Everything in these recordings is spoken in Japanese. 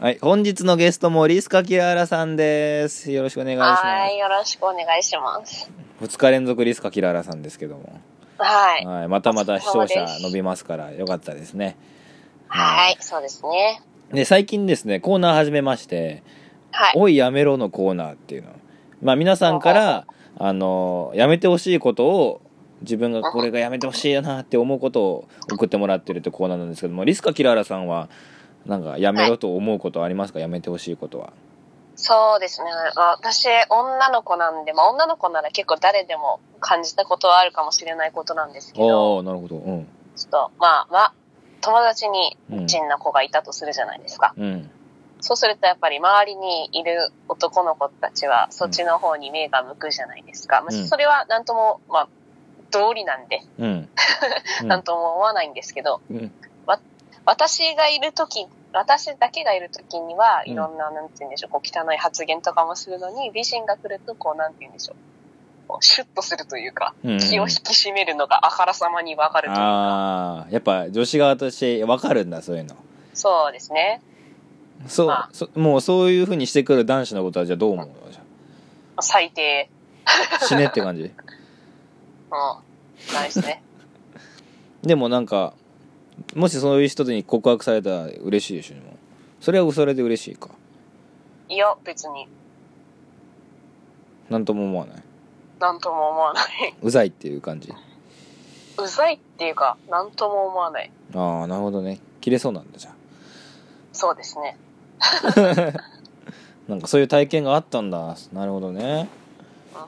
はい、本日のゲストもリスカキララさんです。よろしくお願いします。はい、よろしくお願いします。 2日連続リスカキララさんですけども、はい。はい、またまた視聴お疲れ様者です伸びますからよかったですね。はい、そうですね。で、最近ですね、コーナー始めまして、はい。おいやめろのコーナーっていうの。まあ皆さんから、あの、やめてほしいことを、自分がこれがやめてほしいよなって思うことを送ってもらってるってコーナーなんですけども、リスカキララさんは、なんかやめろと思うことはありますか、やめてほしいことは。そうですね。私、女の子なんで、まあ女の子なら結構誰でも感じたことはあるかもしれないことなんですけど、ああ、なるほど。うん。ちょっと、まあまあ、友達にうん。ちんな子がいたとするじゃないですか。うん。そうするとやっぱり周りにいる男の子たちはそっちの方に目が向くじゃないですか。まあうんそれはなんとも、まあ、道理なんで、 うん。なんとも思わないんですけど、うん。私がいるとき、私だけがいるときには、うんいろんな、なんて言うんでしょう、こう汚い発言とかもするのに、美人が来ると、こう、なんて言うんでしょう、こうシュッとするというか、うん。気を引き締めるのがあからさまにわかるというか、ああ、やっぱ女子側としてわかるんだ、そういうの。そうですね。そう、まそもうそういうふうにしてくる男子のことはじゃあどう思うのじゃ最低、あ死ねって 感じ。うん、ないですね。 でもなんか、もしそういう人に告白されたら嬉しいでしょ、でもそれはそれで嬉しいか。いや、別に、なんとも思わない。なんとも思わない。 うざいっていう感じ。うざいっていうか、なんとも思わない。ああ、なるほどね。切れそうなんだ、じゃあ。そうですね。なんかそういう体験があったんだ。なるほどね。うん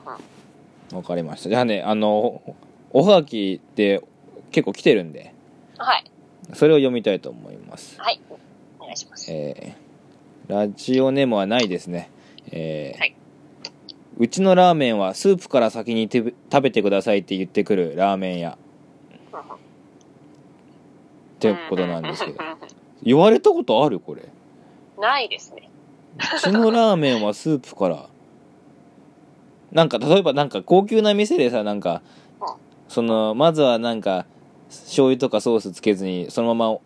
うん、わかりました。じゃあね、あの、おはがきって結構来てるんで、はい、それを読みたいと思います。はい、お願いします。えーラジオネームはないですね、えーはいうちのラーメンはスープから先にて食べてくださいって言ってくるラーメン屋うんうんってことなんですけどうんうんうん言われたことあるこれううんないですね。ちのラーメンはスープからなんか例えばなんか高級な店でさなんかうんそのまずはなんか醤油とかソースつけずにそのまま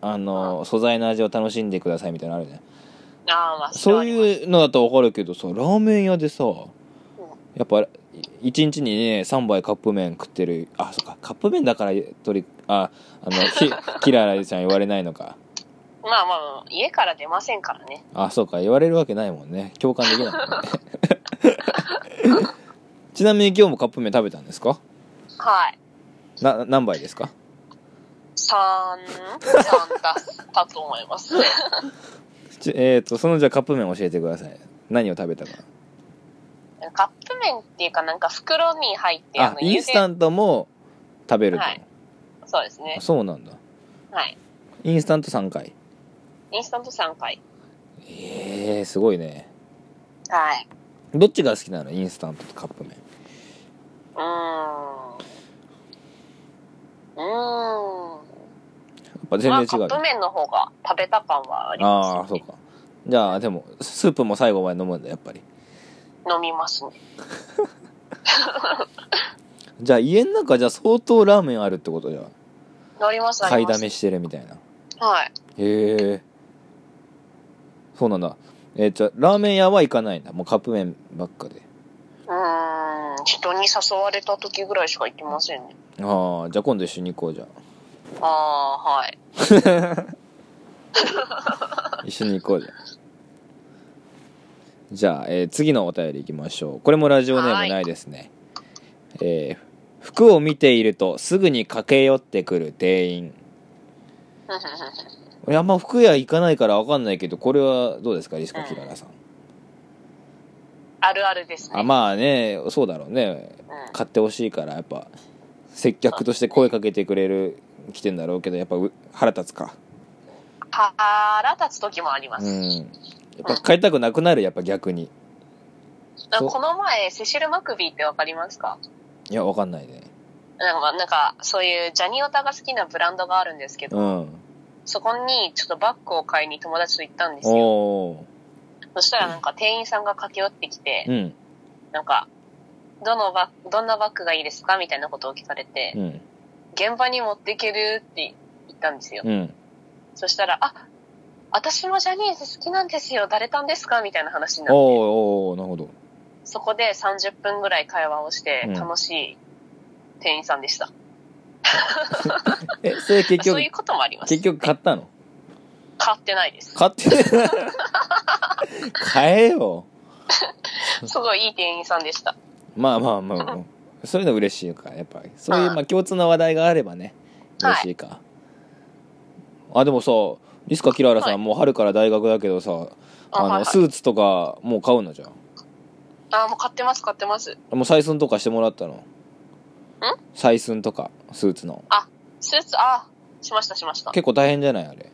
あの素材の味を楽しんでくださいみたいなのあるねああ、まあ、そうう。いうのだと分かるけどさラーメン屋でさやっぱ一日にね3杯カップ麺食ってるあそっかカップ麺だから取りああのき キララちゃん言われないのかまあまあ、家から出ませんからね。あそうか言われるわけないもんね共感できないもんね ちなみに今日もカップ麺食べたんですかはい。な何杯ですか三、三だったと思い ます。ちえっ、とそのじゃあカップ麺教えてください何を食べたかカップ麺っていうかなんか袋に入って、あインスタンントも食べると、はいそうですねあ。そうなんだはい。インスタント3回インスタント3回。えー、すごいねはい。どっちが好きなのインスタントとカップ麺うーん。うーん。やっぱ全然まあ、違カうよ、ップ麺の方が食べた感はあります、ね。ああそうかじゃあでもスープも最後まで飲むんだやっぱり飲みますね。じゃあ家の中じゃあ相当ラーメンあるってことじゃあ乗ります、あ買りいまだす。めしてるみたいなはい。へえそうなんだえーじゃあラーメン屋は行かないんだもうカップ麺ばっかでうーん。人に誘われた時ぐらいしか行きませんね。ああじゃあ今度一緒に行こうじゃああ、はい。あ一緒に行こうじゃあじゃあ、えー次のお便り行きましょうこれもラジオネームはいないですねえー服を見ているとすぐに駆け寄ってくる店 員いやあんま服屋行かないから分かんないけどこれはどうですかリスカキララさん、あるあるですね。あまあねそうだろうねうん買ってほしいからやっぱ接客として声かけてくれる来てんだろうけどやっぱう腹立つか腹立つ時もありまうす。んやっぱ買いたくなくなるやっぱ逆になそんうかこの前、セシル・マクビーってわかりますかいや分かんないねなんかまあ、なんかそういうジャニオタが好きなブランドがあるんですけど、うんそこにちょっとバッグを買いに友達と行ったんですよ。おーそしたらなんか店員さんが駆け寄ってきて、うんなんか、どのバッグ、どんなバッグがいいですかみたいなことを聞かれて、うん現場に持っていけるって言ったんですよ。うんそしたら、あ私もジャニーズ好きなんですよ、誰たんですかみたいな話になって、おーおーなるほどそこで30分ぐらい会話をしてうん、楽しい店員さんでした。えそれ結そ局ういうこともあります。結局買ったの買ってな いです。買って買えよすごいいい店員さんでした。まあまあまあ、うそういうの嬉しいかやっぱりそういううんまあ共通の話題があればね嬉しいか、あでもさリスカキラーラさん、はいもう春から大学だけどさあの、はいはいスーツとかもう買うのじゃんあ、もう買ってます、買ってます。もう採寸とかしてもらったの採寸とかスーツのスーツ、あ、しました、しました。結構大変じゃないあれ、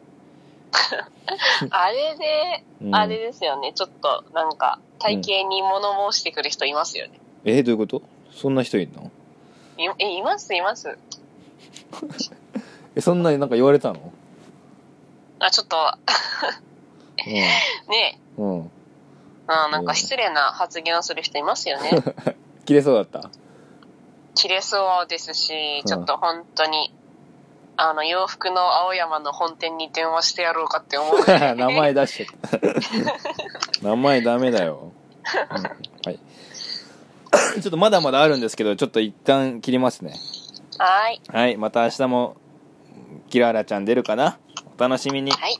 あれで、うんあれですよね、ちょっとなんか、体型に物申してくる人いますよね。えどういうことそんな人いるのいえ、います、います。えそんなになんか言われたのあ、ちょっと、 ねうん、うん、うん、なんか失礼な発言をする人いますよね。切れそうだった。切れそうですし、ちょっと本当に、あの、洋服の青山の本店に電話してやろうかって思う 名前出してた名前ダメだよ、うんはい ちょっとまだまだあるんですけどちょっと一旦切りますね はい。はいまた明日もキラーラちゃん出るかなお楽しみにはい。